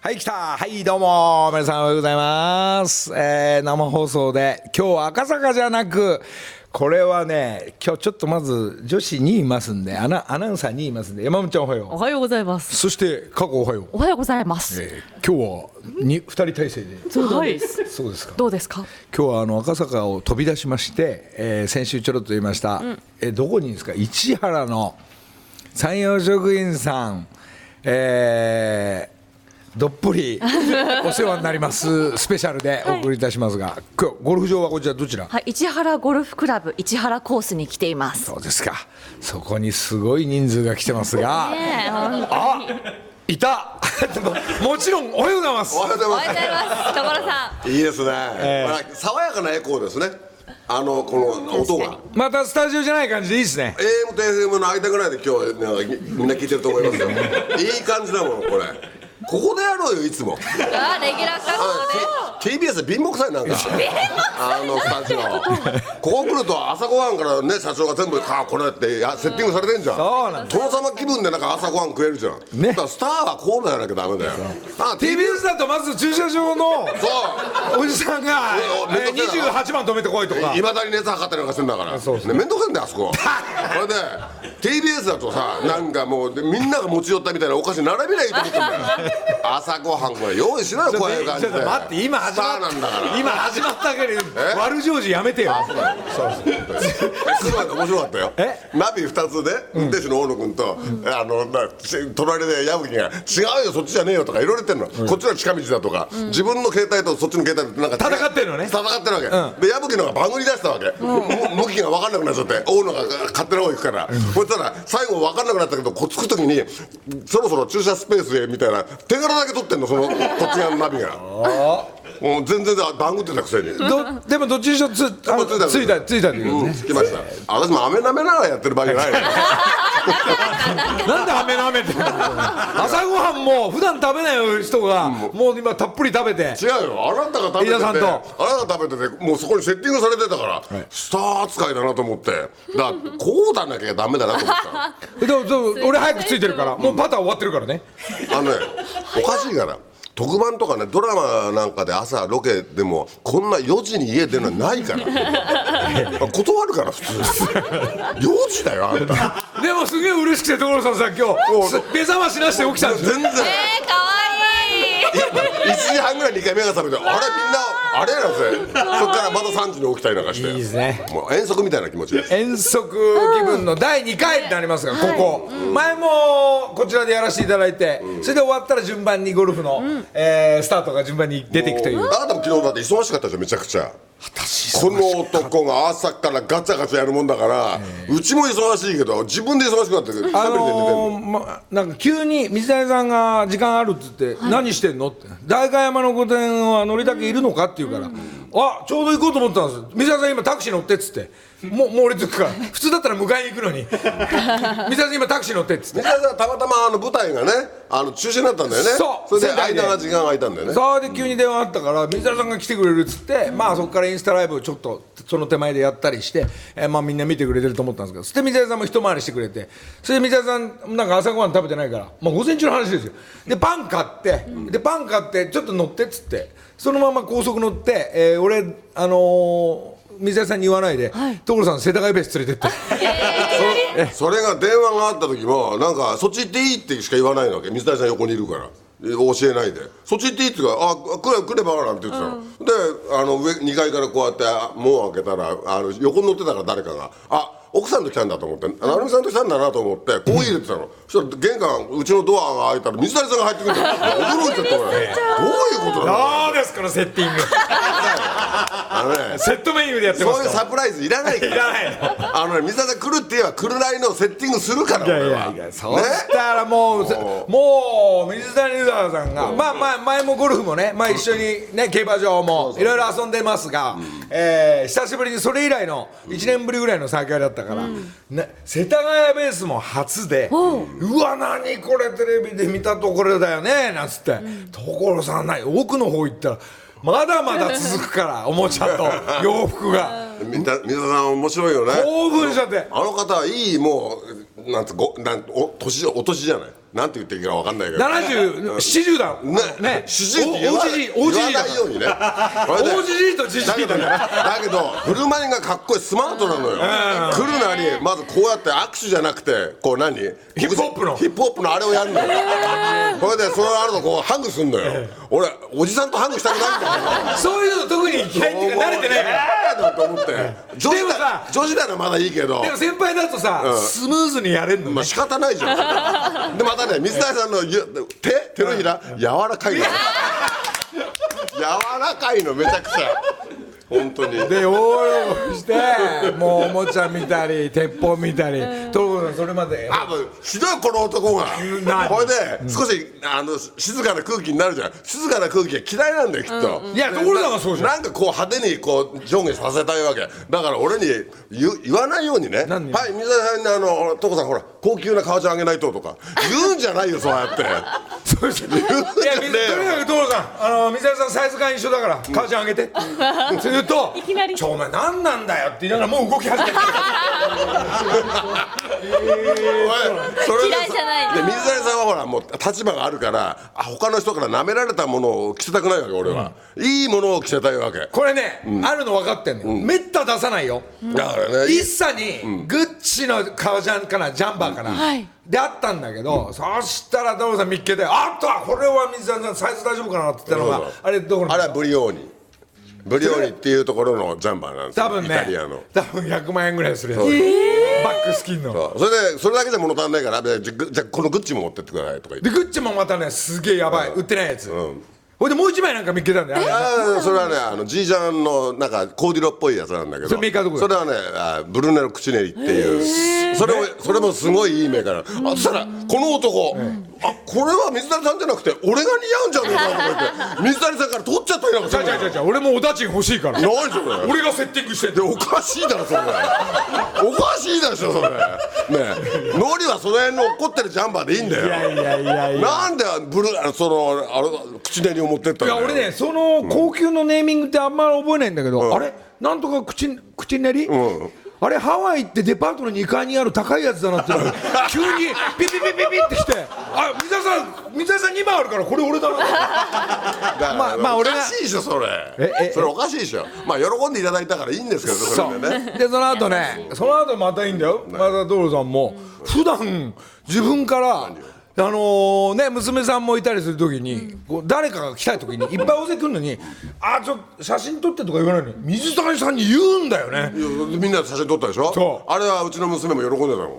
はい、来たはい、どうも皆さんおはようございます。えー、生放送で、今日赤坂じゃなく、これはね、今日ちょっとまず女子にいますんで、アナアナウンサーにいますんで、山本ちゃんおはよおはようございまう。す。そして、過去おはよう。おはようございます。えー、今日はに2人体制で。そうです。そうですか。どうですか。今日はあの赤坂を飛び出しまして、えー先週ちょろっと言いました、えーどこにいるんですか市原の山陽職員さん、えーどっぷ りお世話になりますスペシャルでお送りいたしますが、今日ゴルフ場はこちらどちら、はい、市原ゴルフクラブ市原コースに来ています。そうですかそこにすごい人数が来てますが、ねえ、本当あいた もちろんおはようございますおはようございおまはようございます。所さん。す。いいですね、まあ爽やかなエコーですね。あのこの音が。またスタジオじゃない感じでいいですね AM と FM の間ぐらいで今日はなんかみんな聞いてると思い ますよ。いい感じだもんこれ。ここでやろうよいつも。あ、レギュラー格好 TBS で貧乏くさいなんか。あのスタジオ。ここ来ると朝ごはんからね社長が全部あこれってやセッティングされてんじゃん。そうなん殿様気分でなんか朝ごはん食えるじゃん。ねだからスターはこうならなきゃダメだよ。あ TBS だとまず駐車場のそ う。おじさんがおいおいえー28番止めてこいとかいまだに熱測ったりなんかしてんだからそうそうね面倒くさいんだ よあそここれで TBS だとさなんかもうでみんなが持ち寄ったみたいなお菓子並べりゃいいと思って んだよ朝ごはんこれ用意しろよちょっことういう感ちじょっでと待って今ス始タまーなんだからった今始まったけどえ悪上司やめてよえすごい面白かったよえナビ2つで運転手の大野君と、あのなち隣で矢吹が「違うよそっちじゃねえよ」とかいろいろ言ってんの、こっちの近道だとか、自分の携帯とそっちの携帯となんか違う戦ってるのね戦ってるわけ、で矢吹のが番組出したわけ、む向きが分かんなくなっちゃって大野が勝手な方行くから、そしたら最後分かんなくなったけどこっつく時にそろそろ駐車スペースへみたいな手柄だけ取ってんのそのこっち側のナビがもう全然だ番組ってたくせに。どでもどっちにしろつあのついたついたついたっていううん、ね聞きました。私も飴舐めながらやってる場合じゃないの。なんでハメなめ てんの朝ごはんも普段食べない人がもう今たっぷり食べて違うよあなたが食べてて飯田さあんとなたが食べててもうそこにセッティングされてたから、スター扱いだなと思ってだからこうだなきゃダメだなと思っ でもでも俺早くついてるからもうパター終わってるからねたあのねおかしいから特番とかねドラマなんかで朝ロケでもこんな4時に家出るのないから 断るから普通4時だよあんたでもすげえ嬉しくて所さんさ今おう日目覚ましなしで起きたんですよ全然えー、可1時半ぐらいに1回目が覚めてあれみんなあれやなぜそっからまた3時に起きたりなんかしていいですねもう遠足みたいな気持ちです遠足気分の第2回になりますが、ここ、前もこちらでやらせていただいて、それで終わったら順番にゴルフの、えースタートが順番に出ていくという、あなたも昨日だって忙しかったでしょめちゃくちゃこの男が朝からガチャガチャやるもんだから、うちも忙しいけど自分で忙しくなってくる、あ喋りで寝てんののーま、なんか急に水谷さんが時間あるっつって、何してんのって代官山の御殿は乗りだけいるのかって言うから、あちょうど行こうと思ってたんですよ水谷さん今タクシー乗ってっつってもうもう俺着くから普通だったら迎えに行くのに 水谷さん今タクシー乗ってっつって水谷さんたまたまあの舞台がねあの中止になったんだよねそうれで仙台で間が時間が空いたんだよねそうで急に電話あったから水谷さんが来てくれるっつって、まあそこからインスタライブをちょっとその手前でやったりして、えーまあみんな見てくれてると思ったんですけどそして水谷さんも一回りしてくれてそれで水谷さんなんか朝ごはん食べてないから、まあ、午前中の話ですよでパン買ってでパン買ってちょっと乗ってっつってそのまま高速乗って、えー俺あのー水谷さんに言わないで、所さん世田谷ベース連れてってそれが電話があった時もなんかそっち行っていいってしか言わないわけ水谷さん横にいるからえ教えないでそっち行っていいって言うから「あ来れ来れば」なんて言ってたの、であの上2階からこうやってあ門を開けたらあの横に乗ってたから誰かが「あ奥さんと来たんだと思って成美さんと来たんだなと思ってコーヒー入れてたの、そしたら玄関うちのドアが開いたら水谷さんが入ってくるの驚 いちゃった俺どういうことなどのうですこのセッティングあのねセットメニューでやっそういうサプライズいらないからあのね水谷さん来るって言えば来るなりのセッティングするからいやい俺やはいや、そうしたらもう、せもう水谷豊さんが、まあまあ、前もゴルフもね、まあ、一緒にね、競馬場もいろいろ遊んでますが、えー久しぶりにそれ以来の、1年ぶりぐらいの再会だったから、な世田谷ベースも初で、うわ、何これ、テレビで見たところだよね、なんつって、所さんない、奥の方行ったら、まだまだ続くから、おもちゃと洋服が。みんな水田さん面白いよね興奮しちゃってあの方はいいもうなんつうごなんお年お年じゃないなんて言っていいか分かんないけど70、70だろ。ね、主人って言わおな大じじい、大じじい言だかわないようにねら。それで大じじいとじじだいけどだね、から。だけど振る舞いがかっこいいスマートなのよ、来るなりまずこうやって握手じゃなくてこう何ヒップホップのヒップホップのあれをやるのよ、それでそれあるとこうハグすんのよ、俺おじさんとハグしたくなるんだよそういうの特に嫌いっていうか慣れてないから。嫌だと思って女子でもさだ女子ならまだいいけどでも先輩だとさ、スムーズにやれんのねまあ仕方ないじゃ んでまたね水谷さんのゆ手手のひら柔らかいの柔らかいのめちゃくちゃ本当にでオールオ してもうおもちゃ見たり鉄砲見たりトロコさんそれまであもうひどいこの男が何これで少し、あの静かな空気になるじゃん静かな空気が嫌いなんだよきっと、いや所さんがそうじゃんなんかこう派手にこう上下させたいわけだから俺に言う言わないようにね「はい何水谷さんにあの所さんほら高級な革ジャンあげないと」とか言うんじゃないよそうやってそうですい言うんじやゃとねにえかくよ所さんあの水谷さんサイズ感一緒だから母ちゃんあげてって言うと「きなりちょお前何なんだよ」って言いながらもう動き始め ておいそれで嫌いじゃないで水谷さんはほらもう立場があるからあ他の人から舐められたものを着せたくないわけ俺は、いいものを着せたいわけこれねあるの分かってんのよめった出さないよだからね一茶にグッチの革ジャンかなジャンバーかな、はいであったんだけど、そしたら所さん見っけて「あったこれは水谷さんサイズ大丈夫かな」って言ったのそうがそうあれどこのあれはブリオーニブリオーニっていうところのジャンバーなんですよ多分イタねリアの多分100万円ぐらいするやつ、バックスキンのそうそれでそれだけじゃ物足んないからでじゃぐじゃあこのグッチも持ってってくださいとか言ってでグッチもまたねすげえやばい、売ってないやつ、んほいでもう一枚なんか見っけたんだよあれああそれはねあのジージャンのなんかコーディロっぽいやつなんだけどそれメーカーどこだそれはねあブルネロ・クチネリっていうそれもそれもすごいいいメーカーなのあそしたらこの男、あこれは水谷さんじゃなくて俺が似合うんじゃねえかと 思って水谷さんから取っちゃったりなんかすじゃるあのじゃあじゃあじゃあ俺もおだちん欲しいから何それ俺がセッティングしてんでのおかしいだろそれおかしいでしょそれねえノリはその辺の怒ってるジャンバーでいいんだよいやいやいやいやなんでブルあのそのあれ口練りを持ってったいんだやよ俺ねその高級のネーミングってあんまり覚えないんだけど、んあれなんとか口口練り、んあれハワイってデパートの2階にある高いやつだなって 急にピピピピピってきてあ水谷さん水谷さん2枚あるからこれ俺だなだからまあまあ俺おがかしいでしょそれええそれおかしいでしょまあ喜んでいただいたからいいんですけどそそれうでねでその後ねその後またいいんだよまた道路さんも普段自分からあのーね娘さんもいたりするときに、こう誰かが来たときにいっぱい大勢来るのに「あちょっと写真撮って」とか言わないのに水谷さんに言うんだよね。いやみんなで写真撮ったでしそょあれはうちの娘も喜んでたもんい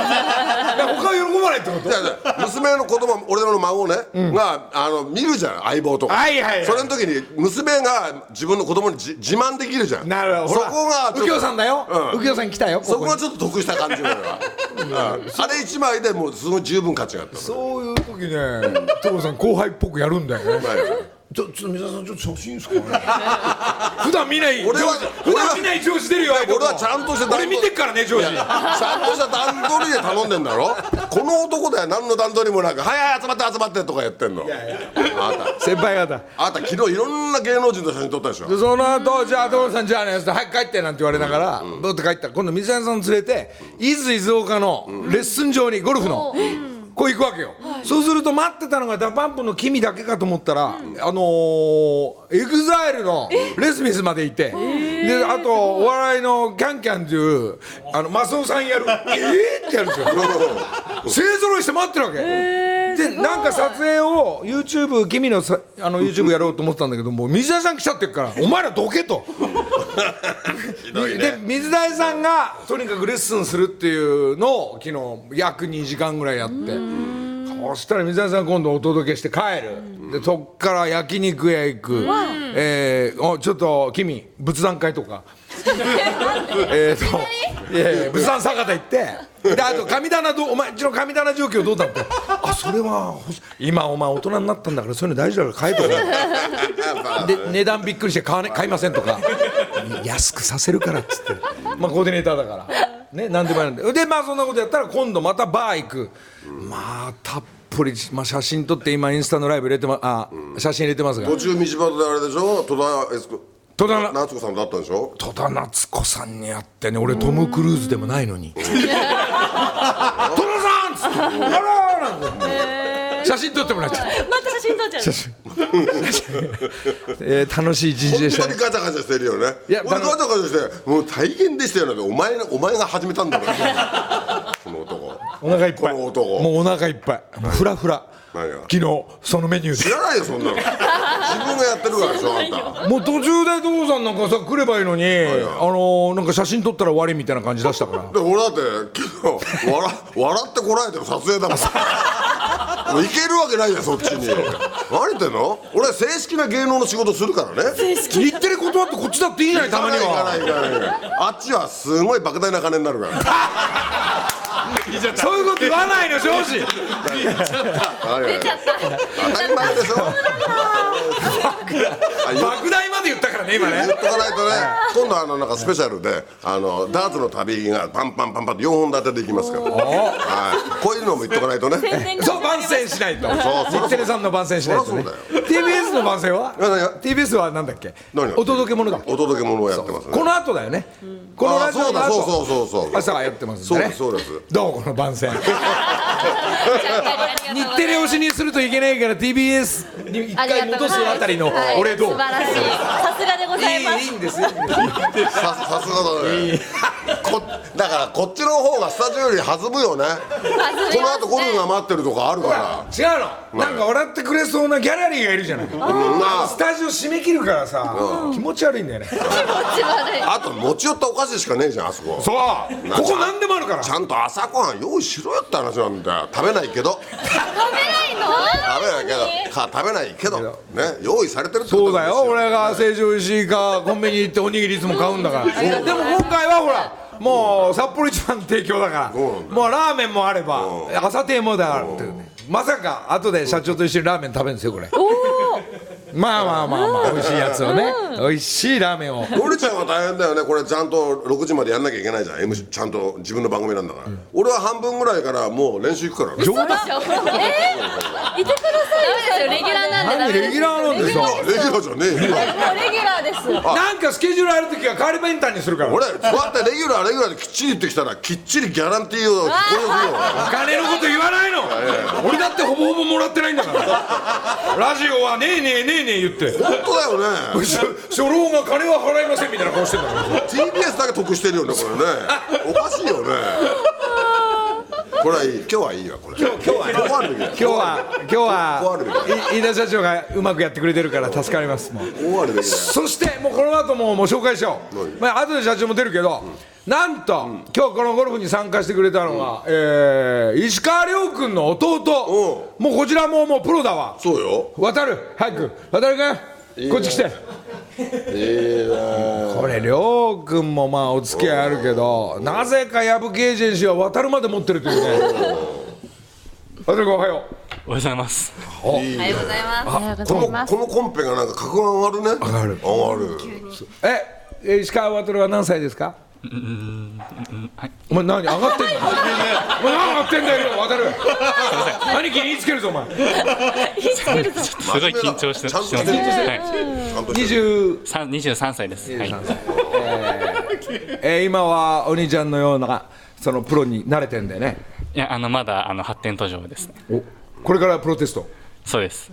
いや他は喜ばないってことやいや娘の子供俺の孫ね、があの見るじゃん相棒とか、はいはいはいそれの時に娘が自分の子供にじ自慢できるじゃんなるほどそこがちょっと右京さんだよ、うん右京さん来たよここそこがちょっと得した感じ俺は、うんあれ一枚でもうすごい十分価値があったのそういう時ね所さん後輩っぽくやるんだよねはいちょちょっと水田さんちょっと写真いいですかね 普段見ない俺は上司俺普は段見ない上司出るよああいうとこ俺はちゃんとして俺見てっからね上司いやちゃんとした段取りで頼んでんだろこの男だよ何の段取りもなく「はいはい集まって集まって」とかやってんのあな先輩方たあなた昨日いろんな芸能人と写真撮ったでしょでその後じゃあ所さんじゃあね」っつって「早く帰って」なんて言われながらどうって帰ったら今度水谷さんを連れて伊豆伊豆岡のレッスン場にゴルフの。こう行くわけよ、そうすると待ってたのがダパンプの君だけかと思ったら、あのー、エグザイルのレスミスまでいて、であとお笑いのキャンキャンっていうあのマスオさんやるえーってやるんですよ勢ぞろいして待ってるわけ、でなんか撮影を YouTube 君のさあの YouTube やろうと思ってたんだけどもう水谷さん来ちゃってるからお前らどけと、ひどいでね水谷さんがとにかくレッスンするっていうのを昨日約2時間ぐらいやってそしたら水谷さん今度お届けして帰るでそっから焼肉屋行く、えーおちょっと君仏壇会とか。えーと、いやいや仏壇坂田行って、であと神棚どう、お前、うちの神棚状況どうだって、あそれは欲しい、今、お前、大人になったんだから、そういうの大事だから、買えと か、で値段びっくりして買わ、ね、買いませんとか、安くさせるからっつって、まあ、コーディネーターだから、ね、なんでもやるんで、で、まあ、そんなことやったら、今度またバー行く、まあ、たっぷり、まあ、写真撮って、今、インスタのライブ入れてま、あ写真入れてますが途、中道端であれでしょ戸田悦子戸田な夏子さんだったんでしょ戸田夏子さんに会って ね俺トム・クルーズでもないのに「戸田さん!」っつって「あらー!」なんだよ写真撮ってもらっちゃったまた写真撮っちゃうえー楽しい人事でし本た当にガチャガチャしてるよねいや俺だからガチャガチャしてもう大変でしたよなんてお前お前が始めたんだから この男お腹いっぱいこの男もうお腹いっぱいもうフラフラ何が昨日そのメニュー知でらないよそんなの自分がやってるからでしょあんたもう途中で父さんなんかさ来ればいいのに、あはのーなんか写真撮ったら終わりみたいな感じ出したからで俺だって昨日笑笑ってこられての撮影だもん もういけるわけないよそっち に何言ってんの俺正式な芸能の仕事するからね日テレ断ってこっちだっていいじゃないたまに行かないは行かない行かないあっちはすごい莫大な金になるからそういうこと言わ ないの正直出ちゃった当たり前でしょあ言っ莫大まで言ったからね今言っねとかない とね今度あのなんかスペシャルであのダーツの旅がパンパンパンパンって4本立てでいきますから、はい、こういうのも言っとかないとね そう番宣しないとそうそう日テレさんの番宣しないとねそりゃ TBS の番宣はいやいや TBS はなんだっけ何がお届け物だお届け物をやってますねこの後だよね、このラジオのあ後そうだそうそうそうそう朝はやってますんそうででねすそうですどうこの番宣ありがとうございま日すテレ推しにするといけないから TBS に一ありが回とうご戻ざいすますあたりのはい俺どう、素晴らしいさすがでございますいいいいんですよささすがだねこだからこっちの方がスタジオより弾むよねこの後ゴルフが待ってるとかあるから違うのなんか笑ってくれそうなギャラリーがいるじゃないうんまあスタジオ締め切るからさ、気持ち悪いんだよね気持ち悪いあと持ち寄ったお菓子しかねえじゃんあそこそうここ何でもあるからちゃんと朝ごはん用意しろよって話なんだよ食べないけど食べないけどか食べないけどね用意されてるってそことうだよ俺が成城石井かコンビニ行っておにぎりいつも買うん だからでも今回はほらもう札幌一番の提供だからそうなんだもうラーメンもあれば朝亭もだからっていうねまさか後で社長と一緒にラーメン食べるんですよこれまあまあまあまあ美味しいやつをね美味しいラーメンをゴリちゃんは大変だよねこれちゃんと6時までやんなきゃいけないじゃん MC ちゃんと自分の番組なんだから、俺は半分ぐらいからもう練習行くからね冗談いてくださいよレギュラーなんでダ何メレでギすュラーなんですよあレギュラーじゃねえもうよレギュラーですなんかスケジュールある時は代わり弁当にするからお俺そうやってレギュラーレギュラーできっちり言ってきたらきっちりギャランティーをこれをするよ金のこと言わないの俺だってほぼほぼもらってないんだから ラジオはねえねえねえねえ言って本当だよねし初老が金は払いませんみたいな顔してんだから TBS だけ得してるよねこれねおかしいよねこれはいい今日はいいわこれ今日は今日はあるべきだ今日は今日こうあるべは飯田社長がうまくやってくれてるから助かりますもうこうあるべきだよそしてもうこの後ももう紹介しよう、まあ後で社長も出るけど、なんと、今日このゴルフに参加してくれたのが、えー石川遼君の弟、もうこちらももうプロだわそうよ渡る早く渡る君こっち来てこれ亮君もまあお付き合いあるけどなぜか矢吹エージェンシーは渡るまで持ってるというね渡る君おはようおはようございます。おはようございますおはようごこざいのますこのコンペがなんか格が上がるね上がるええ石川渡は何歳ですかお前何上がってんのお前何上がってんだよ今渡る何気につけるぞお前すごい緊張してちゃんとしてます。はい。ちゃんとしてる20三二十三歳です。はい。えー今はお兄ちゃんのようなそのプロに慣れてんだよねいやあのまだあの発展途上ですね。これからプロテストそうです。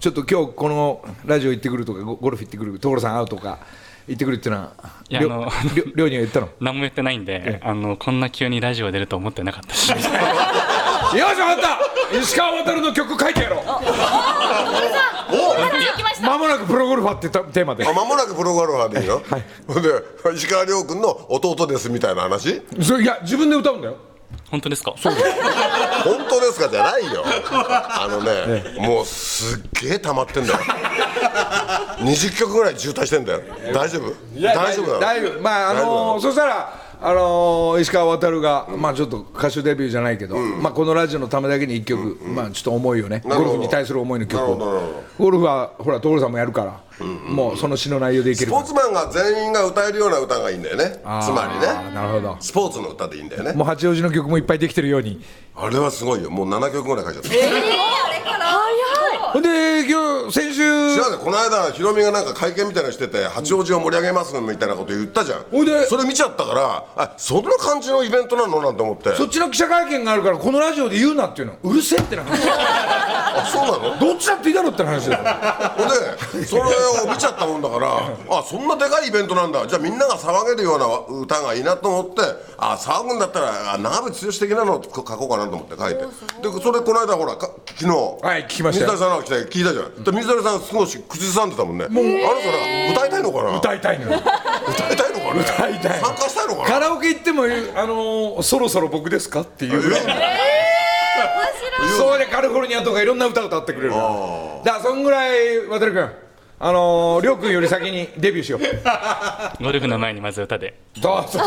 ちょっと今日このラジオ行ってくるとかゴゴルフ行ってくる所さん会うとか行ってくるっていうのはいやりょあのりょりょうには言ったの よ何も言ってないんで、あのこんな急にラジオ出ると思ってなかった しし。分かった石川渉の曲書いてやろうきましまもなくプロゴルファーってたテーマであ間もなくプロゴルファーでいいよ、ほんで石川遼君の弟ですみたいな話それいや自分で歌うんだよ本当ですか。本当ですかじゃないよあのね、もうすっげえ溜まってんだよ20曲ぐらい渋滞してんだよ大丈夫大丈夫だ大よ丈夫まああ大丈の夫だーそしたらあのー石川渉が、まあちょっと歌手デビューじゃないけど、まあこのラジオのためだけに一曲、まあちょっと思いよねゴなるほルどフに対する思いの曲なるほどなるをゴルフはほら所さんもやるから、もうその詩の内容でいけスるポかーツマンが全員が歌えるような歌がいいんだよねらつまりあーねなるほどスポーツの歌でいいんだよねもう八王子の曲もいっぱいできてるようにあれはすごいよもう7曲ぐらい書いちゃったほんで先週先週違うねこの間ヒロミがなんか会見みたいなのしてて八王子を盛り上げますみたいなこと言ったじゃんほいでそれ見ちゃったからあそんな感じのイベントなのなんて思ってそっちの記者会見があるからこのラジオで言うなっていうのうるせえってな話 あそうなのどっちだっていいだろうって話だよほんでそれを見ちゃったもんだからあそんなでかいイベントなんだじゃあみんなが騒げるような歌がいいなと思ってあ騒ぐんだったらあ長渕剛的なのを書こうかなと思って書いてでそれこの間ほらか昨日はい聞きましたよ水谷さんが来て聞いたじゃんで水谷さん少し口ずさんでたもんねもうあの人ら歌いたいのかな歌いたいの よ歌いたいのかね歌いたい参加したいのかなカラオケ行っても、あのーそろそろ僕ですかっていうぐらいそうでカリフォルニアとかいろんな歌歌ってくれるからだからそんぐらい渡る君あのー、りょう君より先にデビュー しようゴルフの前にまず歌でどうぞ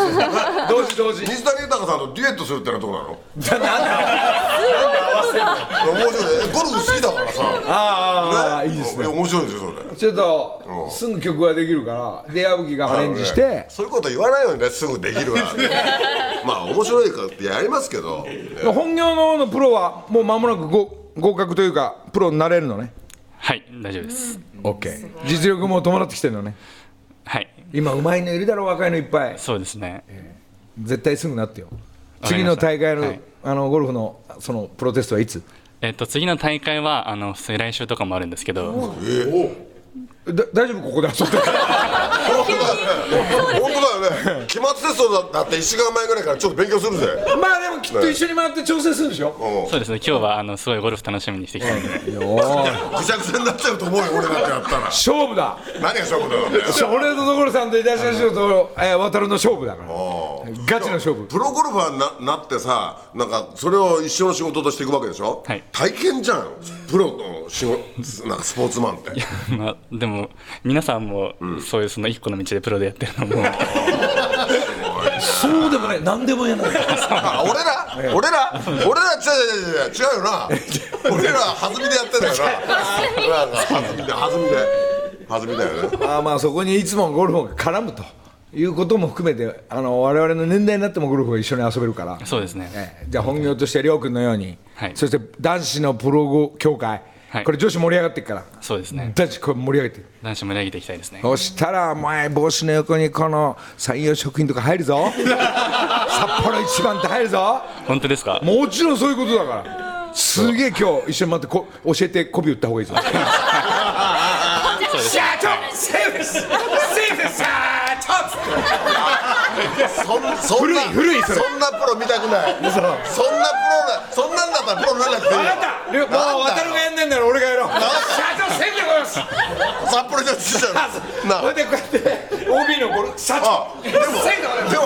同時同時水谷豊さんとデュエットするってのはどうなのじゃなんだ面白いねゴルフ好きだからさああいいですねや面白いですよそれちょっとすぐ曲ができるから出矢吹がアレンジしてそういうこと言わないよねすぐできるわまあ面白いからってやりますけど本業の方のプロはもう間もなくご合格というかプロになれるのねはい大丈夫です OK 実力も伴ってきてるのねはい今うまいのいるだろ若いのいっぱいそうですね絶対すぐなってよわか次りまのした大会の,、はいあのゴルフのそのプロテストはいつえっと次の大会はあの普通に来週とかもあるんですけどだ大丈夫ここで遊んでる本当だよね本当だよね期末テストだって1週間前ぐらいからちょっと勉強するぜまあでもきっと一緒に回って調整するでしょそうですね今日はあのすごいゴルフ楽しみにしてきたのでぐちゃぐちゃになっちゃうと思うよ俺だってやったら勝負だ何がそういうことなんだよ俺と所さんといたしましょうと、えー、渡るの勝負だからガチの勝負プロゴルファーにななってさなんかそれを一生の仕事としていくわけでしょ、はい体験じゃんプロの仕事なんかスポーツマンって まあでも皆さんもそういうその一個の道でプロでやってるの もそうでもない何でも言えないあ俺ら俺ら俺ら違う違う違う違う違う よな俺ら弾みでやってんだよななんか弾みで弾みで弾みだよねあーまあそこにいつもゴルフが絡むということも含めてあの我々の年代になってもゴルフを一緒に遊べるからそうですねええじゃあ本業として亮君のように、はいそして男子のプロゴ協会、はいこれ女子盛り上がっていくからそうですね男子これ盛り上げてる男子盛り上げていきたいですねそしたらお前帽子の横にこの産業食品とか入る ぞ札幌一番って入るぞ本当ですかもちろんそういうことだからすげえ今日一緒に待ってこ教えてコビ打った方がいいぞそうですシャートセーフスセーフスシャートそんそん古いな古いそれんなプロ見たくないそんなプロなそんなんだったらプロにならなくていいよりょもう渡るがやんねんなら俺がやろうシャートセーフでございます札幌じゃちっち ゃいなそれあでこうやって OB のこのシャーあトでセもでーフでございますも芸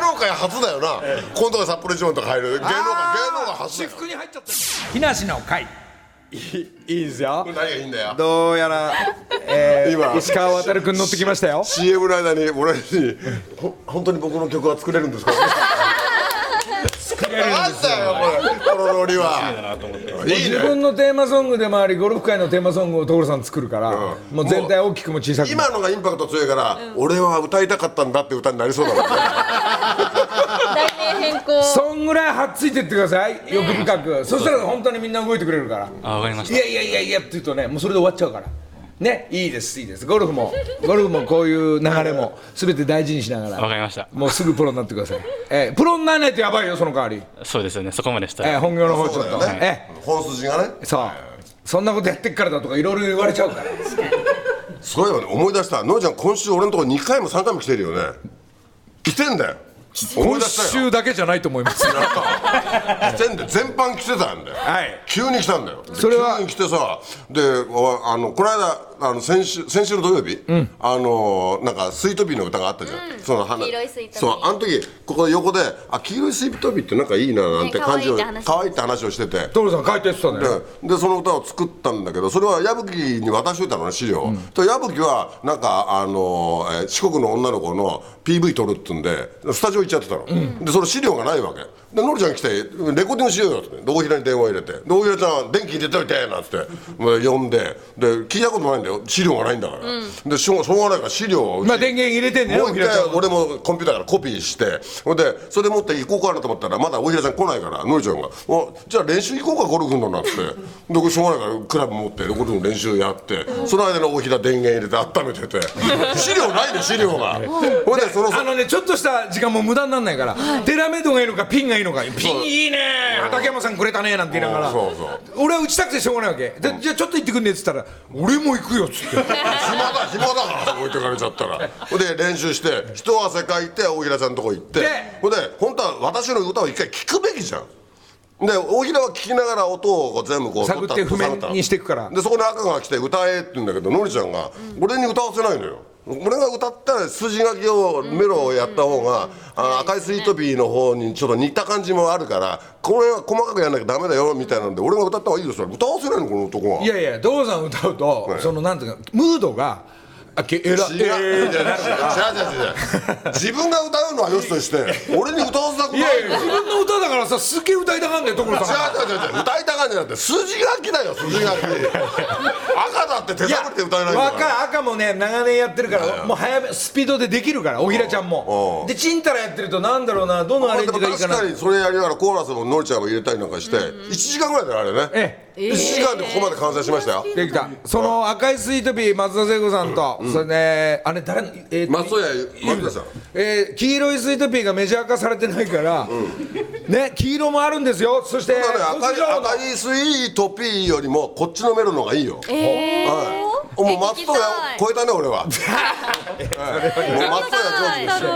能界初だよな、今度は札幌一番とか入る芸能界芸能界初だ私よ服に入っちゃった木梨の会いいいですよ何がいいんだよどうやら、えー今石川渉君乗ってきましたよ CM の間に俺にほ「本当に僕の曲は作れるんですか?」作れるんですよこれこのノリはいい自ね分のテーマソングでもありゴルフ界のテーマソングを所さん作るから、もう全体大きくも小さくも今のがインパクト強いから、俺は歌いたかったんだって歌になりそうだもんね題名変更そんぐらいはっついてってください欲深く、そしたら本当にみんな動いてくれるからあわかりましいやいやいやいやって言うとねもうそれで終わっちゃうからねいいですいいですゴルフ もゴルフもこういう流れも全て大事にしながたわからりましたもうすぐプロになってください、えープロにならないとやばいよその代わり、そうですよねそこまでしたえーら本業の方ちょっそと、うだえよーね本筋がねそうそんなことやってっからだとかいろいろ言われちゃうからそういえばね思い出したのりちゃん今週俺のとこ2回も3回も来てるよね来てんだよ思い今出したよ週だけじゃないと思います 来てんだよ全般来てたんだよはい急に来たんだよそれは急に来てさでわあのこの間あの先週先週の土曜日、あのなんかスイートピーの歌があったじゃん、その花黄色いスイートピーそうあの時ここ横であ黄色いスイートピーってなんかいいななんて感じを、ね可愛いって話可愛いって話をしてて所さん書いてってたねでその歌を作ったんだけどそれは矢吹に渡しといたのね資料を、と矢吹はなんかあの、えー四国の女の子の PV 撮るっつうんでスタジオ行っちゃってたの、でその資料がないわけでノリちゃん来てレコーディングしようよってで大平に電話入れてで大平ちゃん電気入れといてなんつってまあ呼んでで聞いたことないんだよ資料がないんだから、でしょうしょうがないから資料をうちまあ電源入れてんねもう一大平ちゃん回俺もコンピューターからコピーしてほんでそれ持って行こうかなと思ったらまだ大平ちゃん来ないからのりちゃんが「おじゃあ練習行こうかゴルフの」なんつってでこれしょうがないからクラブ持ってゴルフの練習やってその間の大平電源入れて温めてて資料ないで資料がほんでそのあのねちょっとした時間も無駄になんないから、テラメイドがいいのかピンがいいのかピンいいね畠山さんくれたねなんて言いながらそうそう俺は打ちたくてしょうがないわけでじゃあちょっと行ってくんねっつったら俺も行くよっつって暇だ暇だから置いてかれちゃったらほんで練習して一汗かいて大平さんのとこ行ってでほんで本当は私の歌を一回聴くべきじゃんで大平は聴きながら音をこう全部こう探って取った譜面にしていくからでそこに赤が来て歌えって言うんだけどのりちゃんが俺に歌わせないのよ俺が歌ったら筋書きをメロをやった方が、あの赤いスイートピーの方にちょっと似た感じもあるからこれは細かくやんなきゃダメだよみたいなんで俺が歌った方がいいよそれ歌わせないのこの男はいやいや道山歌うと、そのなんていうかムードがあけえら違う違う違う違う違う自分が歌うのはよしとして俺に歌わせたくないいやいや違う自分の歌だからさすっげえ歌いたがんねん所さん違う違う違う歌いたがんじゃなくて筋書きだよ筋書き赤だって手探りで歌えないんだ若からい赤もね長年やってるからもう早めスピードでできるから大平ちゃんうもんでチンタラやってるとなんだろうなどのアレンでジもがいい確かなかにそれやりながらコーラスものりちゃんも入れたりなんかして1時間ぐらいだよあれねええ1時間でここまで完成しましたよできたその赤いスイートピー松田聖子さんと、それねあれ誰のえー松任谷由実さんえー黄色いスイートピーがメジャー化されてないから、ね黄色もあるんですよそしてだから赤い卒業の赤いスイートピーよりもこっちのメロの方がいいよはいもう松任谷超えたね俺ははいもう松任谷上手ですよ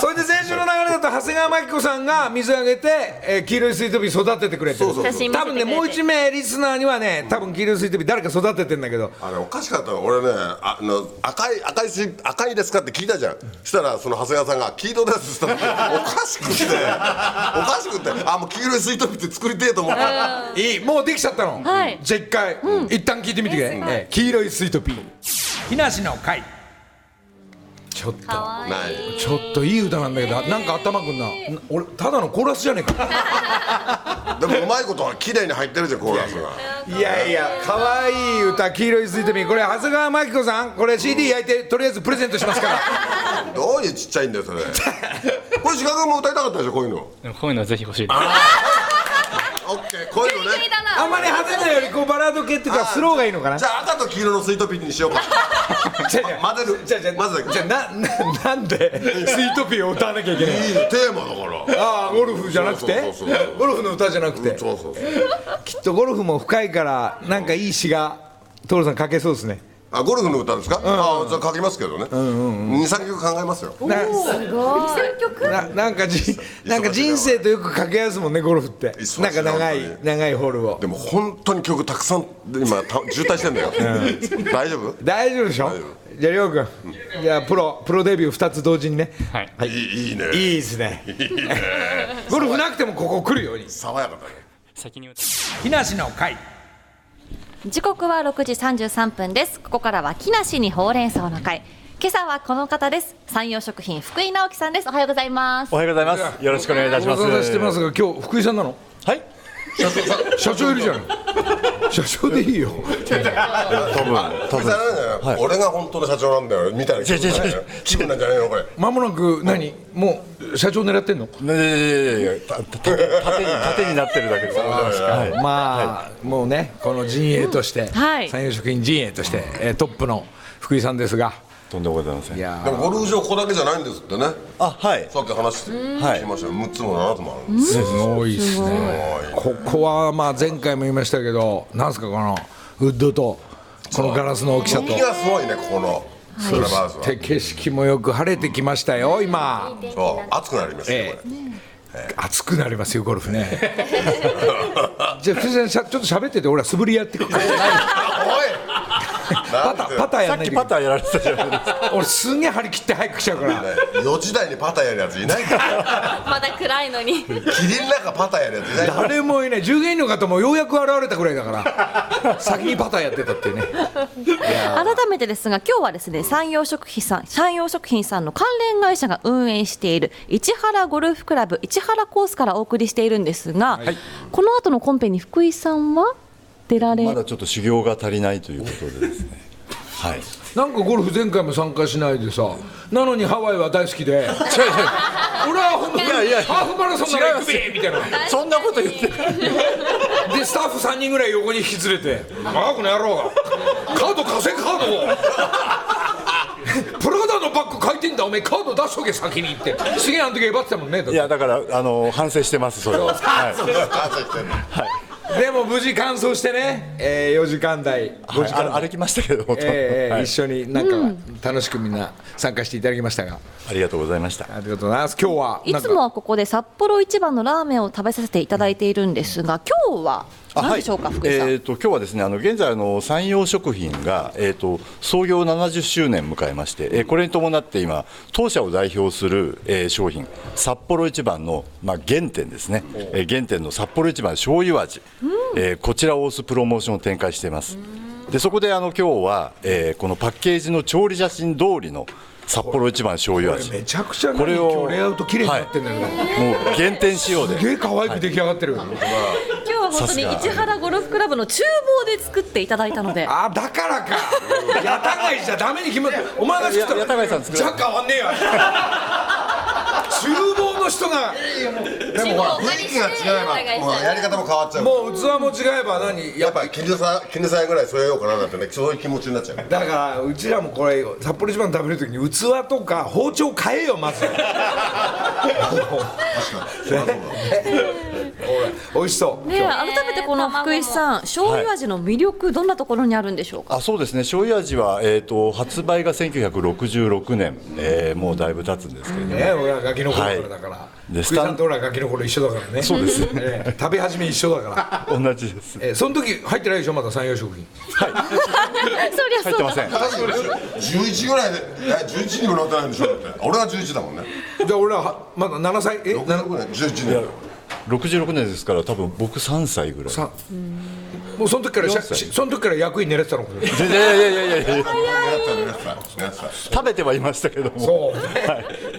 それで先週の流れだと長谷川真紀子さんが水あげて、えー黄色いスイートピー育ててくれてるそうそう写真見せ多てく分ねれてもう一名リスナーにはね多分黄色いスイートピー誰か育ててんだけどあれおかしかったの俺ねあの赤い赤いし赤いですかって聞いたじゃんしたらその長谷川さんが「黄色です」って言ったらおかしくておかしくてあもう黄色いスイートピーって作りてえと思ったいいもうできちゃったの、はいじゃあ一回、一旦聞いてみてくれ、えー黄色いスイートピー木梨の会ちょっと可愛ないいちょっといい歌なんだけど、なんか頭くんな。な俺、ただのコーラスじゃねえか。でもうまいことは綺麗に入ってるじゃんコーラスがいやいや、可愛い歌、黄色いスイートピー、これ長谷川真紀子さん、これ CD 焼いて、とりあえずプレゼントしますから。どういうちっちゃいんだよそれこれ志賀君も歌いたかったでしょこういうのでもこういうのはぜひ欲しいですオッケーこういうのねあんまり派手なより、こうバラード系っていうか、スローがいいのかな。じゃあ赤と黄色のスイートピーにしようか じゃま混ぜるじゃじゃ、混ぜてじゃ、な、な、なんで、スイートピーを歌わなきゃいけないい。いテーマだからああ、ゴルフじゃなくてそうそうそうそう。ゴルフの歌じゃなくて。そうそうそうきっとゴルフも深いから、なんかいい詩が。所さん書けそうですね。あゴルフの歌ですか、あじゃあ書きますけどね23曲考えますよな選曲な なんかじなんか人生とよく掛け合わすもんねゴルフって忙しいなんか長本当い長いホールをでも本当に曲たくさん今た渋滞してんだよ、大丈夫大丈夫でしょじゃあ亮君じゃあプロプロデビュー2つ同時にねはいいいいいねいいですね ゴルフなくてもここ来るように爽やかだね先に木梨の会時刻は6時33分ですここからは木梨にほうれん草の会今朝はこの方です山陽食品福井直樹さんですおはようございますおはようございます。よろしくお願いいたしごます。無沙汰してますが今日福井さんなのはい。社長いるじゃん社長でいいよ多分、多富澤なんじゃない、はい。俺が本当の社長なんだよみたいな気分違う違う違うね気分なんじゃないのこれまもなく何もう社長狙ってんのねねねねねたた縦に縦になってるだけです。はい。まあ、もうね、この陣営として、はい産業食品陣営として、えートップの福井さんですが、とんでもございませいん。やでもゴルフ場ここだけじゃないんですってねあ、はい。さっき話しては聞いきましたよ6つも7つもあるんですー、すごいですね、ここはまあ前回も言いましたけど、なんすか、このウッドと、このガラスの大きさと気、がすごいねここのスラバーズはで景色もよく晴れてきましたよ、今、そう熱くなりますねこれ、暑くなりますよ、ゴルフね。じゃあ、藤井さん、しゃちょっと喋ってて、俺は素振りやってくる。おいパタパタさやんっないきとパターやられてたじゃん。俺すんげえ張り切って早く来ちゃうから4時台にパターやるやついないから まだ暗いのにキリンなんかパターやるやついないから誰もいない従業員の方もようやく現れたぐらいだから先にパターやってたっていうね 改めてですが今日はですね山陽食品さん山陽食品さんの関連会社が運営している市原ゴルフクラブ市原コースからお送りしているんですが、この後のコンペに福井さんは出られまだちょっと修行が足りないということでですね。はい。なんかゴルフ前回も参加しないでさなのにハワイは大好き で俺は本当にいやいやハーフマラソンなら行くべみたいなそんなこと言ってない。でスタッフ3人ぐらい横に引き連れて「ああこの野郎がカード貸せカードをプラダのバッグ書いてんだおめえカード出しとけ先に」ってすげえあの時えばってたもんねだっいてやだからあの反省してますそ れは。はい。でも無事完走してね、えー、4時間台5時間台、あ歩きましたけど本当にえーえーはい一緒になんか楽しくみんな参加していただきましたがありがとうございました。ありがとうございます今日はいなんつかもはここで札幌一番のラーメンを食べさせていただいているんですが今日はあ何でしょうか、はい、福井さん、えー、と今日はですねあの現在あの山陽食品が、えー、と創業70周年迎えまして、えーこれに伴って今当社を代表する、えー商品札幌一番の、まあ、原点ですね、えー原点の札幌一番醤油味、えーこちらを推すプロモーションを展開していますでそこであの今日は、えーこのパッケージの調理写真通りの札幌一番醤油味めちゃくちゃこれを今日レイアウト綺麗になってんだけど、もう原点仕様ですげえ可愛く出来上がってる、今日は本当に市原ゴルフクラブの厨房で作っていただいたのであだからかやたがいじゃダメに決まってお前が作ったいややたがいさん作じらゃなあ変わんねえよ厨房の人がでもほら雰囲気が違えばもうやり方も変わっちゃうもう器も違えば何ややっっぱぱ絹さ絹さやぐらい添えようかななんてねそういう気持ちになっちゃうだからうちらもこれ札幌一番食べる時に器とか包丁買えよ まず 美味しそうね、改めてこの福井さん、醤油味の魅力、どんなところにあるんでしょうか。あそうですね醤油味は、えー、と発売が1966年、えーもうだいぶ経つんですけれども、ね俺はガキの頃からだから、いで福井さんと俺はガキの頃一緒だからねそうですねええ食べ始め一緒だから、同じですええその時入ってないでしょまだ山陽食品入ってません確かに11ぐらいでえ11にもなってないんでしょだって俺は11だもんねじゃあ俺らはまだ7歳え6七ぐらい11になる66年ですから多分僕3歳ぐらいさもうその時からしゃしその時から役員狙ってたのかいやいやいやいやいやいや狙ってた狙ってた狙って食べてはいましたけどもそ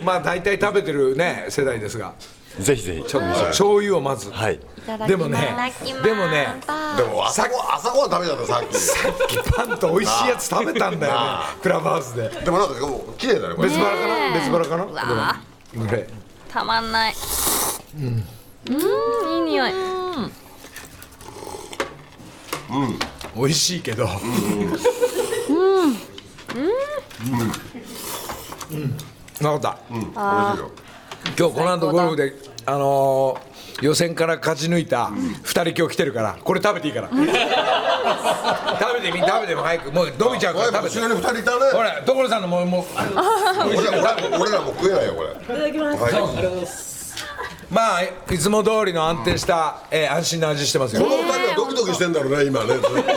う、まあ大体食べてるね世代ですがぜひぜひちょっと醤油をまず、はいでもねでもねたでも朝ご朝ごはん食べちゃったさっきさっきパンと美味しいやつ食べたんだよねクラブハウスででもなんかもう綺麗だねこれ別腹かな別腹かなでもこれたまんないうんいい匂い美味しいけどうんうんうんなかった美味しいよ今日この後ゴルフであのー予選から勝ち抜いた二人今日来てるからこれ食べていいから食べてみ食べても早くもう飲みちゃうおいから食べ後ろてに2人いたねほら所さんのももう俺ら俺ら俺らもう食えないよこれいただきますはいまあいつも通りの安定した、えー安心な味してますよこの2人はドキドキしてんだろうね今ねずっと そうです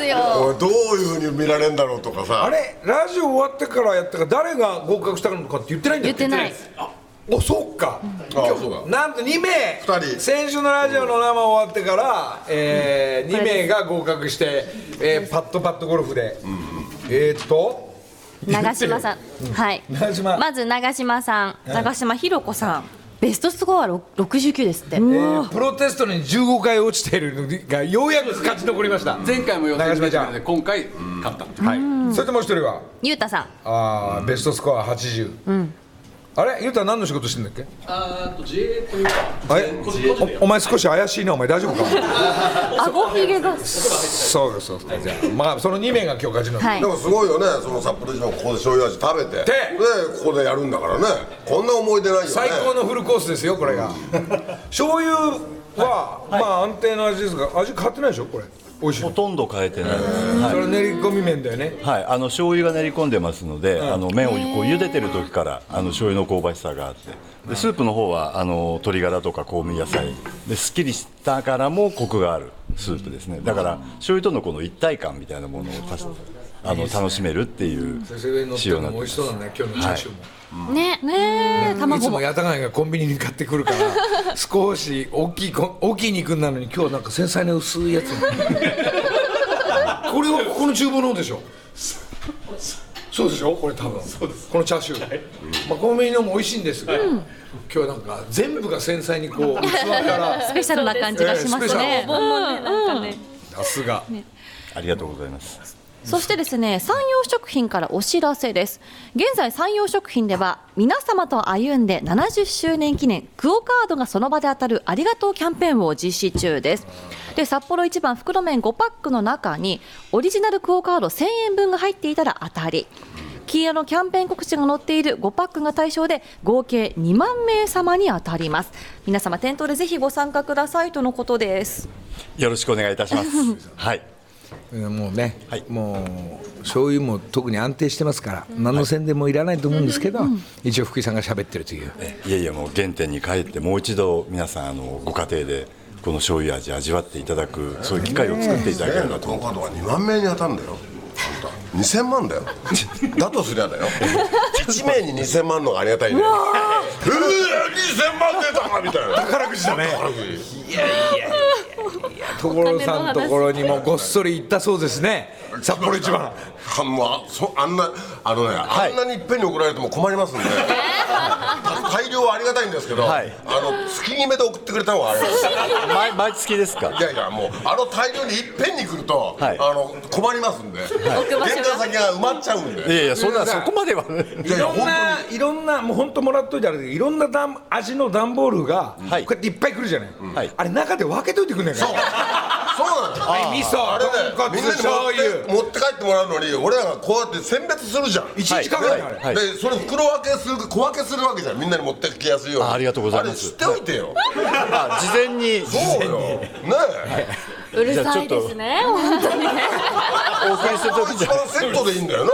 およいどういうふうに見られんだろうとかさあれラジオ終わってからやったから誰が合格したのかって言ってないんだっけ言ってないあおそっかあそうだなんと2名二人先週のラジオの生終わってから、え2名が合格して、えーパッドパッドゴルフで、えーっと長島さ んはい長島まず長島さん長島ひろ子さん、ベストスコア六十九ですって。えープロテストに15回落ちてるのがようやく勝ち残りました前回も予選長島でちしゃたんので今回勝ったはいそれともう一人はゆうたさんあーベストスコア80、あれゆうた何の仕事してんだっけあーと自衛というかあれおお前少し怪しいなお前大丈夫か顎ひげが。そうですそうですじゃあまあその2名が今日勝ち残った、はいでもすごいよねその札幌一番ここで醤油味食べてでここでやるんだからねこんな思い出ないよね最高のフルコースですよこれが醤油は、まあ安定の味ですが味変わってないでしょこれ美味しいほのとんど変えてないですそれ練り込み麺だよねはいあの醤油が練り込んでますので、あの麺をこう茹でてる時からあの醤油の香ばしさがあってでスープの方はあの鶏ガラとか香味野菜ですっきりしたからもコクがあるスープですねだから醤油とのこの一体感みたいなものを足しあの楽しめるっていう先生上に乗って仕る様にのなっても美ま味しすそうだね今日のチャーシューも、ねねいつも八田貝がコンビニに買ってくるから 少し大きいこ大きい肉なのに今日はなんか繊細な薄いや つこれはここの厨房の方でしょそうでしょこれ多分このチャーシュー、まあ、コンビニのも美味しいんですが、今日はなんか全部が繊細に こう器からスペシャルな感じがしええますねスペシャル。うんなんかねさすがありがとうございますそしてですね、山陽食品からお知らせです。現在、山陽食品では、皆様と歩んで70周年記念、クオカードがその場で当たるありがとうキャンペーンを実施中です。で、札幌一番袋麺5パックの中に、オリジナルクオカード1000円分が入っていたら当たり。黄色のキャンペーン告知が載っている5パックが対象で合計2万名様に当たります皆様店頭でぜひご参加くださいとのことですよろしくお願いいた しますはいうんもうね、はいもう醤油も特に安定してますから、何の宣伝もいらないと思うんですけど、一応福井さんが喋ってるという、えいやいやもう原点に帰ってもう一度皆さんあのご家庭でこの醤油味味わっていただくそういう機会を作っていただければと東カードが2万名に当たるんだよあんた2000万だよだとすりゃだよ1名に2000万のがありがたいねうわー2000万出たかみたいな宝くじだね宝くじ所さんところにもごっそり行ったそうですね、札幌一番。はもうあそあんなあのね、いあんなにいっぺんに送られても困りますんで大量はありがたいんですけど、はいあの月決めで送ってくれた方がありがたい毎毎月ですかいやいやもうあの大量にいっぺんに来ると、はいあの困りますんで、玄関先が埋まっちゃうんで、いやいやそんなそこまではねいいやいやろん本な、いろんな、もう本当もらっといてあれだけどいろんな段味の段ボールが、はいこうやっていっぱい来るじゃない、はいあれ、中で分けといてくんないか当にそうなんですよはい味噌、あれね豚、骨、みんなに醤持って油、持って帰ってもらうのに俺らがこうやって選別するじゃん一日かかるはいよあれ。はいでそれ袋分けする小分けするわけじゃんみんなに持ってきやすいようにあありがとうございますあれ知っておいてよあ事前にそうよねうるさいですね本当にねお送りするえ時一じゃ番セットでいいんだよな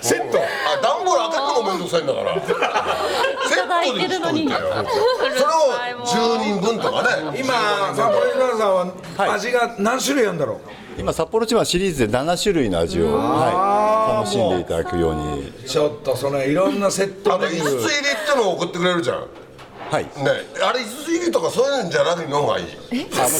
セットあ段ボール開けるのも面倒くさいんだからセットでいいといてよそれを10人分とかね今、札幌一番さんは、はい味が何種類あるんだろ今札幌千葉シリーズで7種類の味を、はい、楽しんでいただくようにう、ちょっとそのいろんなセッあトのメ5つニ入ュりっーてのを送ってくれるじゃんねはいあれ5つ入りとかそういうんじゃなくての方 がいいえあもっと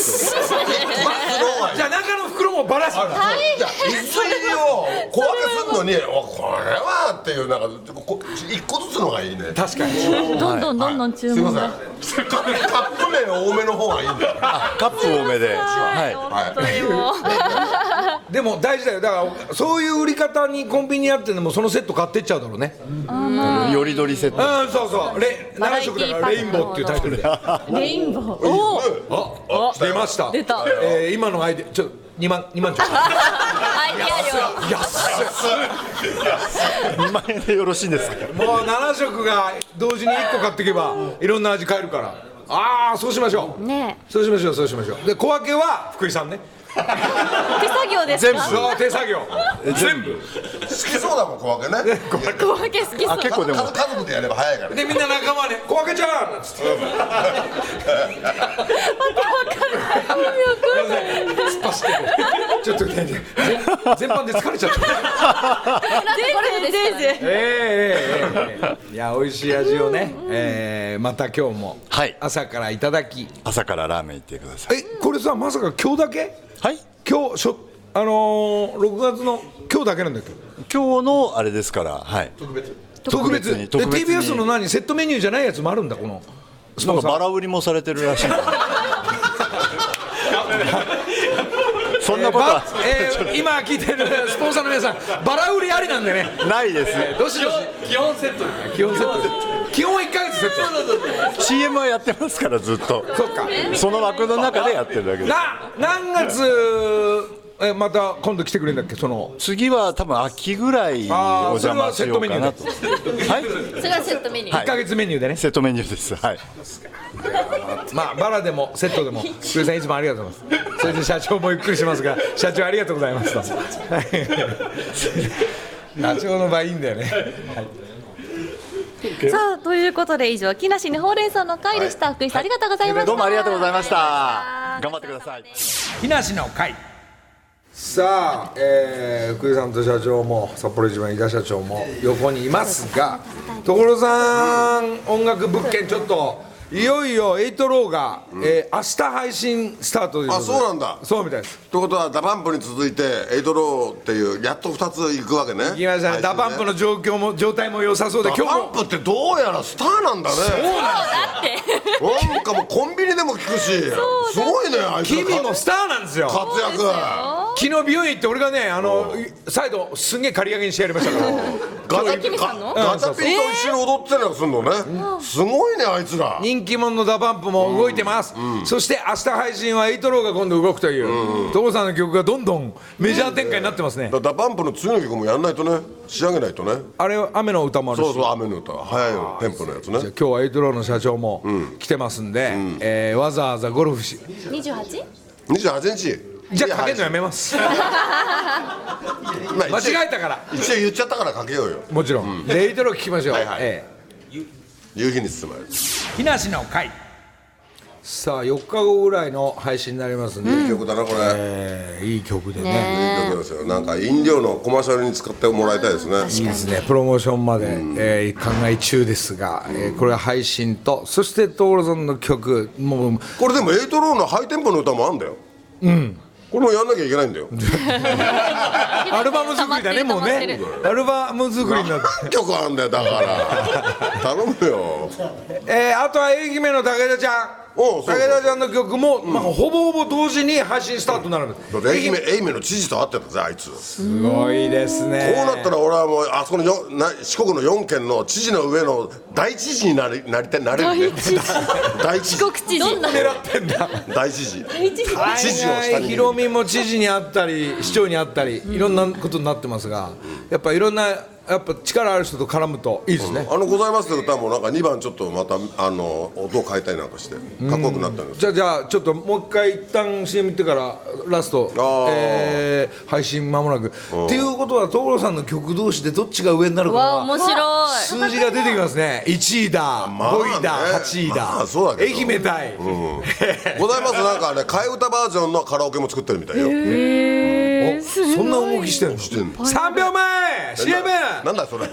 じゃあ、中の袋もばらすから。いや水入りを小分けするのにおこれはっていうなんかこ一個ずつのがいいね確かにどんどんどんどん注すいま文せが、んカップカップ麺多めの方がいいんだよあカップ多めで、ははいでも大事だよだからそういう売り方にコンビニやってんのもそのセット買ってっちゃうだろうねうんい、よりどりセットそうそうレバラ7エティ色だからレインボーっていうタイトルであレインボーおー出ました出たえー今のアイデアちょっと2万2万ちょっとアイデア 安い2万円でよろしいんですかもう7色が同時に1個買っていけばいろんな味買えるからああそうしましょう量ねそうしましょうそうしましょうで小分けは福井さんね手作業ですかそう手作業全部好きそうだもん小分 けね小分け好きそあう結構でも家家族でやれば早いからねでみんな仲間ね小分けちゃんなんつって突っ走ってくちょっとね全般で疲れちゃった全然全然ええええええいや美味しい味をね、えーまた今日もはい朝からいただき朝からラーメン行ってくださいえこれさまさか今日だけはい今日しょあのー、6月の今日だけなんだけど今日のあれですからはい特別別に特別にで TBS の何セットメニューじゃないやつもあるんだこのスなポんンかサーバラ売りもされてるらしい んで そんなことばは、えー今聞いてる スポンサーの皆さんバラ売りありなんでねないですどしどし基本セット基本セットです基本1ヶ月セット CM はやってますからずっとそっかその枠の中でやってるだけですな何月えまた今度来てくれるんだっけその次は多分秋ぐらいにお邪魔しようかなとはいそれはセットメニュー1ヶ月メニューでねセットメニューですはいまあバラでもセットでも鈴井さんいつもありがとうございますそれで社長もゆっくりしますが社長ありがとうございます とはい社長の場合いいんだよねさあということで以上木梨にほうれん草の会でした、福井さんありがとうございました、どうもありがとうございました頑張ってくださいい木梨の会さあ、えー福井さんと社長も札幌一番井田社長も横にいますが所さん音楽物件ちょっといよいよエイトローが、えー明日配信スタートということであそうなんだそうみたいですということはダパンプに続いてエイトローっていうやっと2つ行くわけねいきましたねダパンプの状況も状態も良さそうでダ今日パもンプってどうやらスターなんだねだってなんかもうコンビニでも聞くしすごいねあいつ君のもスターなんですよ活躍昨日美容院行って俺がねあの再度すんげえ刈り上げにしてやりましたからガチャキピンミさんのガガチャピンと一緒に踊ってたりすんのねすごいねあいつら人気者のダパンプも動いてます、そして明日配信はエイトローが今度動くという所さんの曲がどんどんメジャー展開になってますね、だダパンプの次の曲もやんないとね仕上げないとねあれ雨の歌もあるしそうそう雨の歌早いよテンポのやつねじゃあ今日はエイトローの社長も来てますんで、えーわざわざゴルフし二十八？ 28日じゃあかけるのやめますまあ間一応違えたから一応言っちゃったからかけようよもちろん、でエイトロー聞きましょう、はいはいえ夕日に包まれるえ木梨の会さあ4日後ぐらいの配信になりますんで、いい曲だなこれ、えーいい曲でねいい曲ですよなんか飲料のコマーシャルに使ってもらいたいですねいいですねプロモーションまで、えー考え中ですが、えーこれは配信とそして所さんの曲もうこれでもエイトローのハイテンポの歌もあんだようんこれもやんなきゃいけないんだ よアルバム作りだねもうねアルバム作りになって、何曲あんだよだから頼むよえーあとは愛媛の武田ちゃんおうそうそう武田ちゃんの曲も、まあ、ほぼほぼ同時に配信スタートになるんですだって愛媛愛媛の知事と会ってたぜあいつこすごいですうねなったら俺はもうあそこのよな四国の4県の知事の上の大知事になりなりたいなれるね大知事告知どんな狙ってんだ大知事一時海知事を下外にヒロミも知事にあったり市長にあったりいろんなことになってますがやっぱいろんなやっぱ力ある人と絡むといいですね、あの「ございます」って歌もなんか2番ちょっとまたあの音を変えたりなんかしてかっこよくなったんですじゃあじゃあちょっともう一回一旦 CM 行ってからラストあ、ーえー配信まもなくっていうことは所さんの曲同士でどっちが上になるかわあは面白い。数字が出てきますね1位だ、まあね5位だ8位だ,、まあそうだけど愛媛対、ございますなんかね替え歌バージョンのカラオケも作ってるみたいよおそんな動きしてるのしてんの3秒前 CM ななんだそれ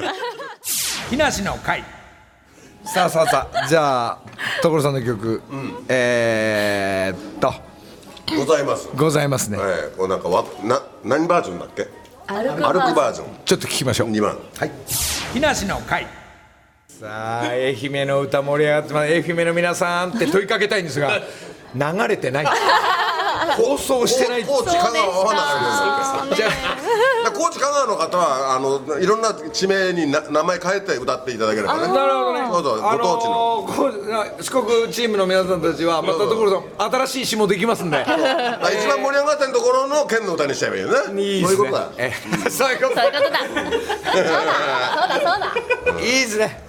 木梨の会さあさあさあじゃあ所さんの曲、えー、っとございますございますね、ええこれなんかわな何バージョンだっけ歩くバージョンちょっと聞きましょう2番はい、日梨の会さあ愛媛の歌盛り上がってます愛媛の皆さんって問いかけたいんです が流れてない放送してない高知香川合わないじゃです高知香川の方はあのいろんな地名にな名前変えて歌っていただければあねなるほどねそうそうご当地の、あのーこう四国チームの皆さんたちはまた所さん新しい詩もできますんでだから一番盛り上がってるところの県の歌にしちゃえばいいよ ねいいでそういすうこねとだえ えそういうこそとういうことだ。そうだ、そうだ、そうだ。いいですね、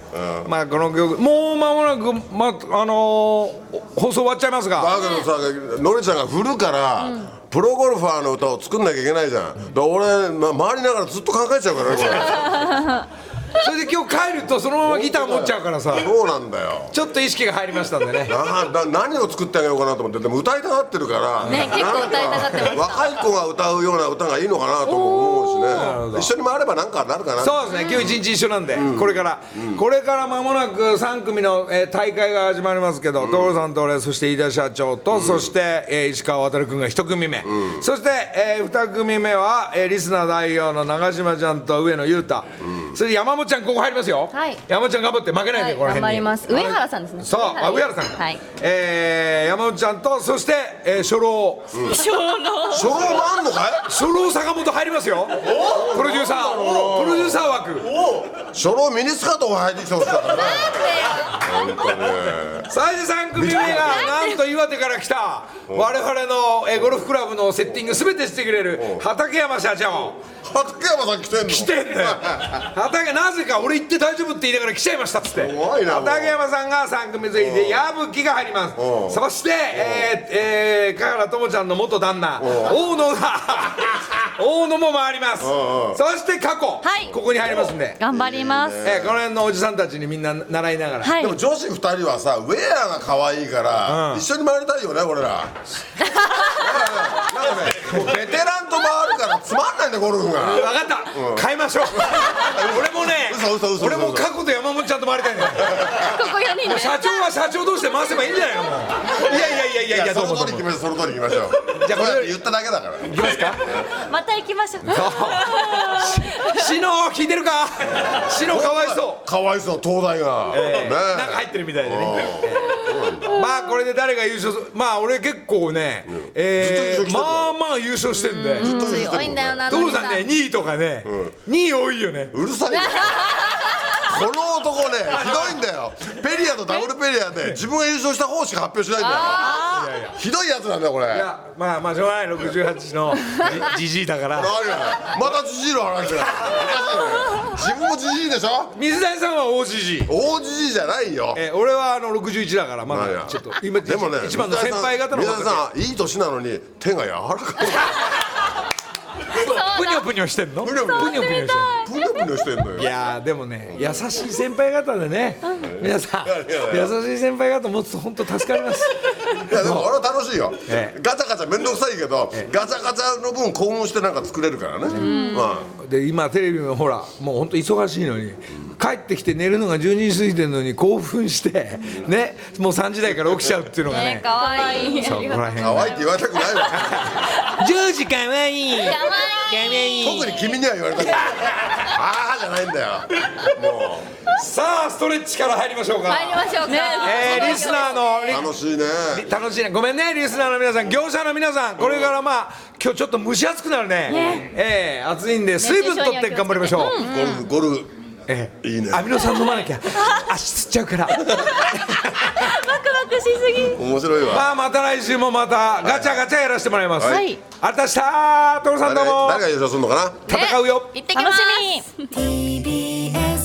まあこの曲もう間もなく、まああのー放送終わっちゃいますがだけどさのりちゃんが振るから、プロゴルファーの歌を作んなきゃいけないじゃん、だから俺、ま、回りながらずっと考えちゃうからねこそれで今日帰るとそのままギター持っちゃうから されそうなんだよちょっと意識が入りましたんでねなな何を作ってあげようかなと思ってでも歌いたがってるから、ね結構歌いたがってました若い子が歌うような歌がいいのかなとも思うしね一緒に回ればなんかなるかなそうですね、今日一日一緒なんで、これから、これから間もなく3組の、えー大会が始まりますけど、所さんと俺、そして飯田社長と、そして、えー石川渉君が1組目、そして、え2組目は、えーリスナー代表の長島ちゃんと上野裕太、それで山本ちゃん、ここ入りますよ、はい山本ちゃん頑張って、負けないで、はいこの辺に頑張ります上原さんですねそう、あ上原さん、はいえー山本ちゃんと、そして、えー初老、それもあんのかい初老坂本入りますよ、プロデューサー、プロデューサー枠。初老ミニスカートが入ってきてほしかったね本当に最初3組目がなんと岩手から来た我々のえーゴルフクラブのセッティング全てしてくれる畠山社長畠山さん来てんの来てんだよ畠なぜか俺行って大丈夫って言いながら来ちゃいましたっつってごいなもう畠山さんが3組続いて矢吹が入りますそしてえーえー香原朋ちゃんの元旦那大野が大野も回りますそして過去はいここに入りますんで頑張ります。えーこの辺のおじさんたちにみんな習いながらはいで。も女子2人はさウェアが可愛いから、一緒に回りたいよね俺らもうベテランと回るからつまんないんだよゴルフが分かった、変えましょう俺もね嘘嘘嘘嘘俺も過去と山本ちゃんと回りたいんだよこ4人でもう社長は社長同士で回せばいいんじゃないのもういやいやいやいやいやそどうのもど通うりも行きましょうその通り行きましょうじゃあここれれ言っただけだからまた行きましょうシノ聞いてるかシノかわいそうかわいそう東大が、ねなんか入ってるみたいであねーそうなんだまあこれで誰が優勝するまあ俺結構ね、えずっと優勝ーしてるまあまあ優勝してんで強いんだよな父さんね2位とかね、2位多いよねうるさ いよこの男ねひどいんだよペリアとダブルペリアで自分が優勝した方しか発表しないんだよひどいやつなんだよこれいやまあまあしょうがない68のじじいだから何がまたジジイの話だよおかしいね自分もジジイでしょ水谷さんは OGG 大ジジイじゃないよえー俺はあの61だからま何だがちょっと今でもね一番の先輩方の皆さんいい年なのに手が柔らかいプニョプニョしてんのプニョプニョしてんのぷにょぷにょしてんのよいやーでもね優しい先輩方でね皆さん優しい先輩方持つと本当助かり ますいやでも俺は楽しいよ、ええガチャガチャ面倒くさいけど、ガチャガチャの分興奮してなんか作れるからね、まあで今テレビもほらもう本当忙しいのに帰ってきて寝るのが12時過ぎてるのに興奮してねもう3時台から起きちゃうっていうのがねかわいいかそうわいここら辺可愛いって言われたくないわ10時かわいい特に君には言われ たくないああじゃないんだよもさあストレッチから入りましょうか、入りましょうかえーリスナーのう楽しいね楽しいねごめんねリスナーの皆さん業者の皆さんこれからまあ今日ちょっと蒸し暑くなるねええ暑いんで水分取って頑張りましょう、ゴルフゴルフええいいねアミノ酸飲まなき ゃ足つっちゃうからワクワクしすぎ面白いわまあまた来週もまたガチャガチャやらせてもらいます、はいありがとうございましたトロさん誰どうも誰が優勝するのかな戦うよ、行ってきま楽すしみ TBS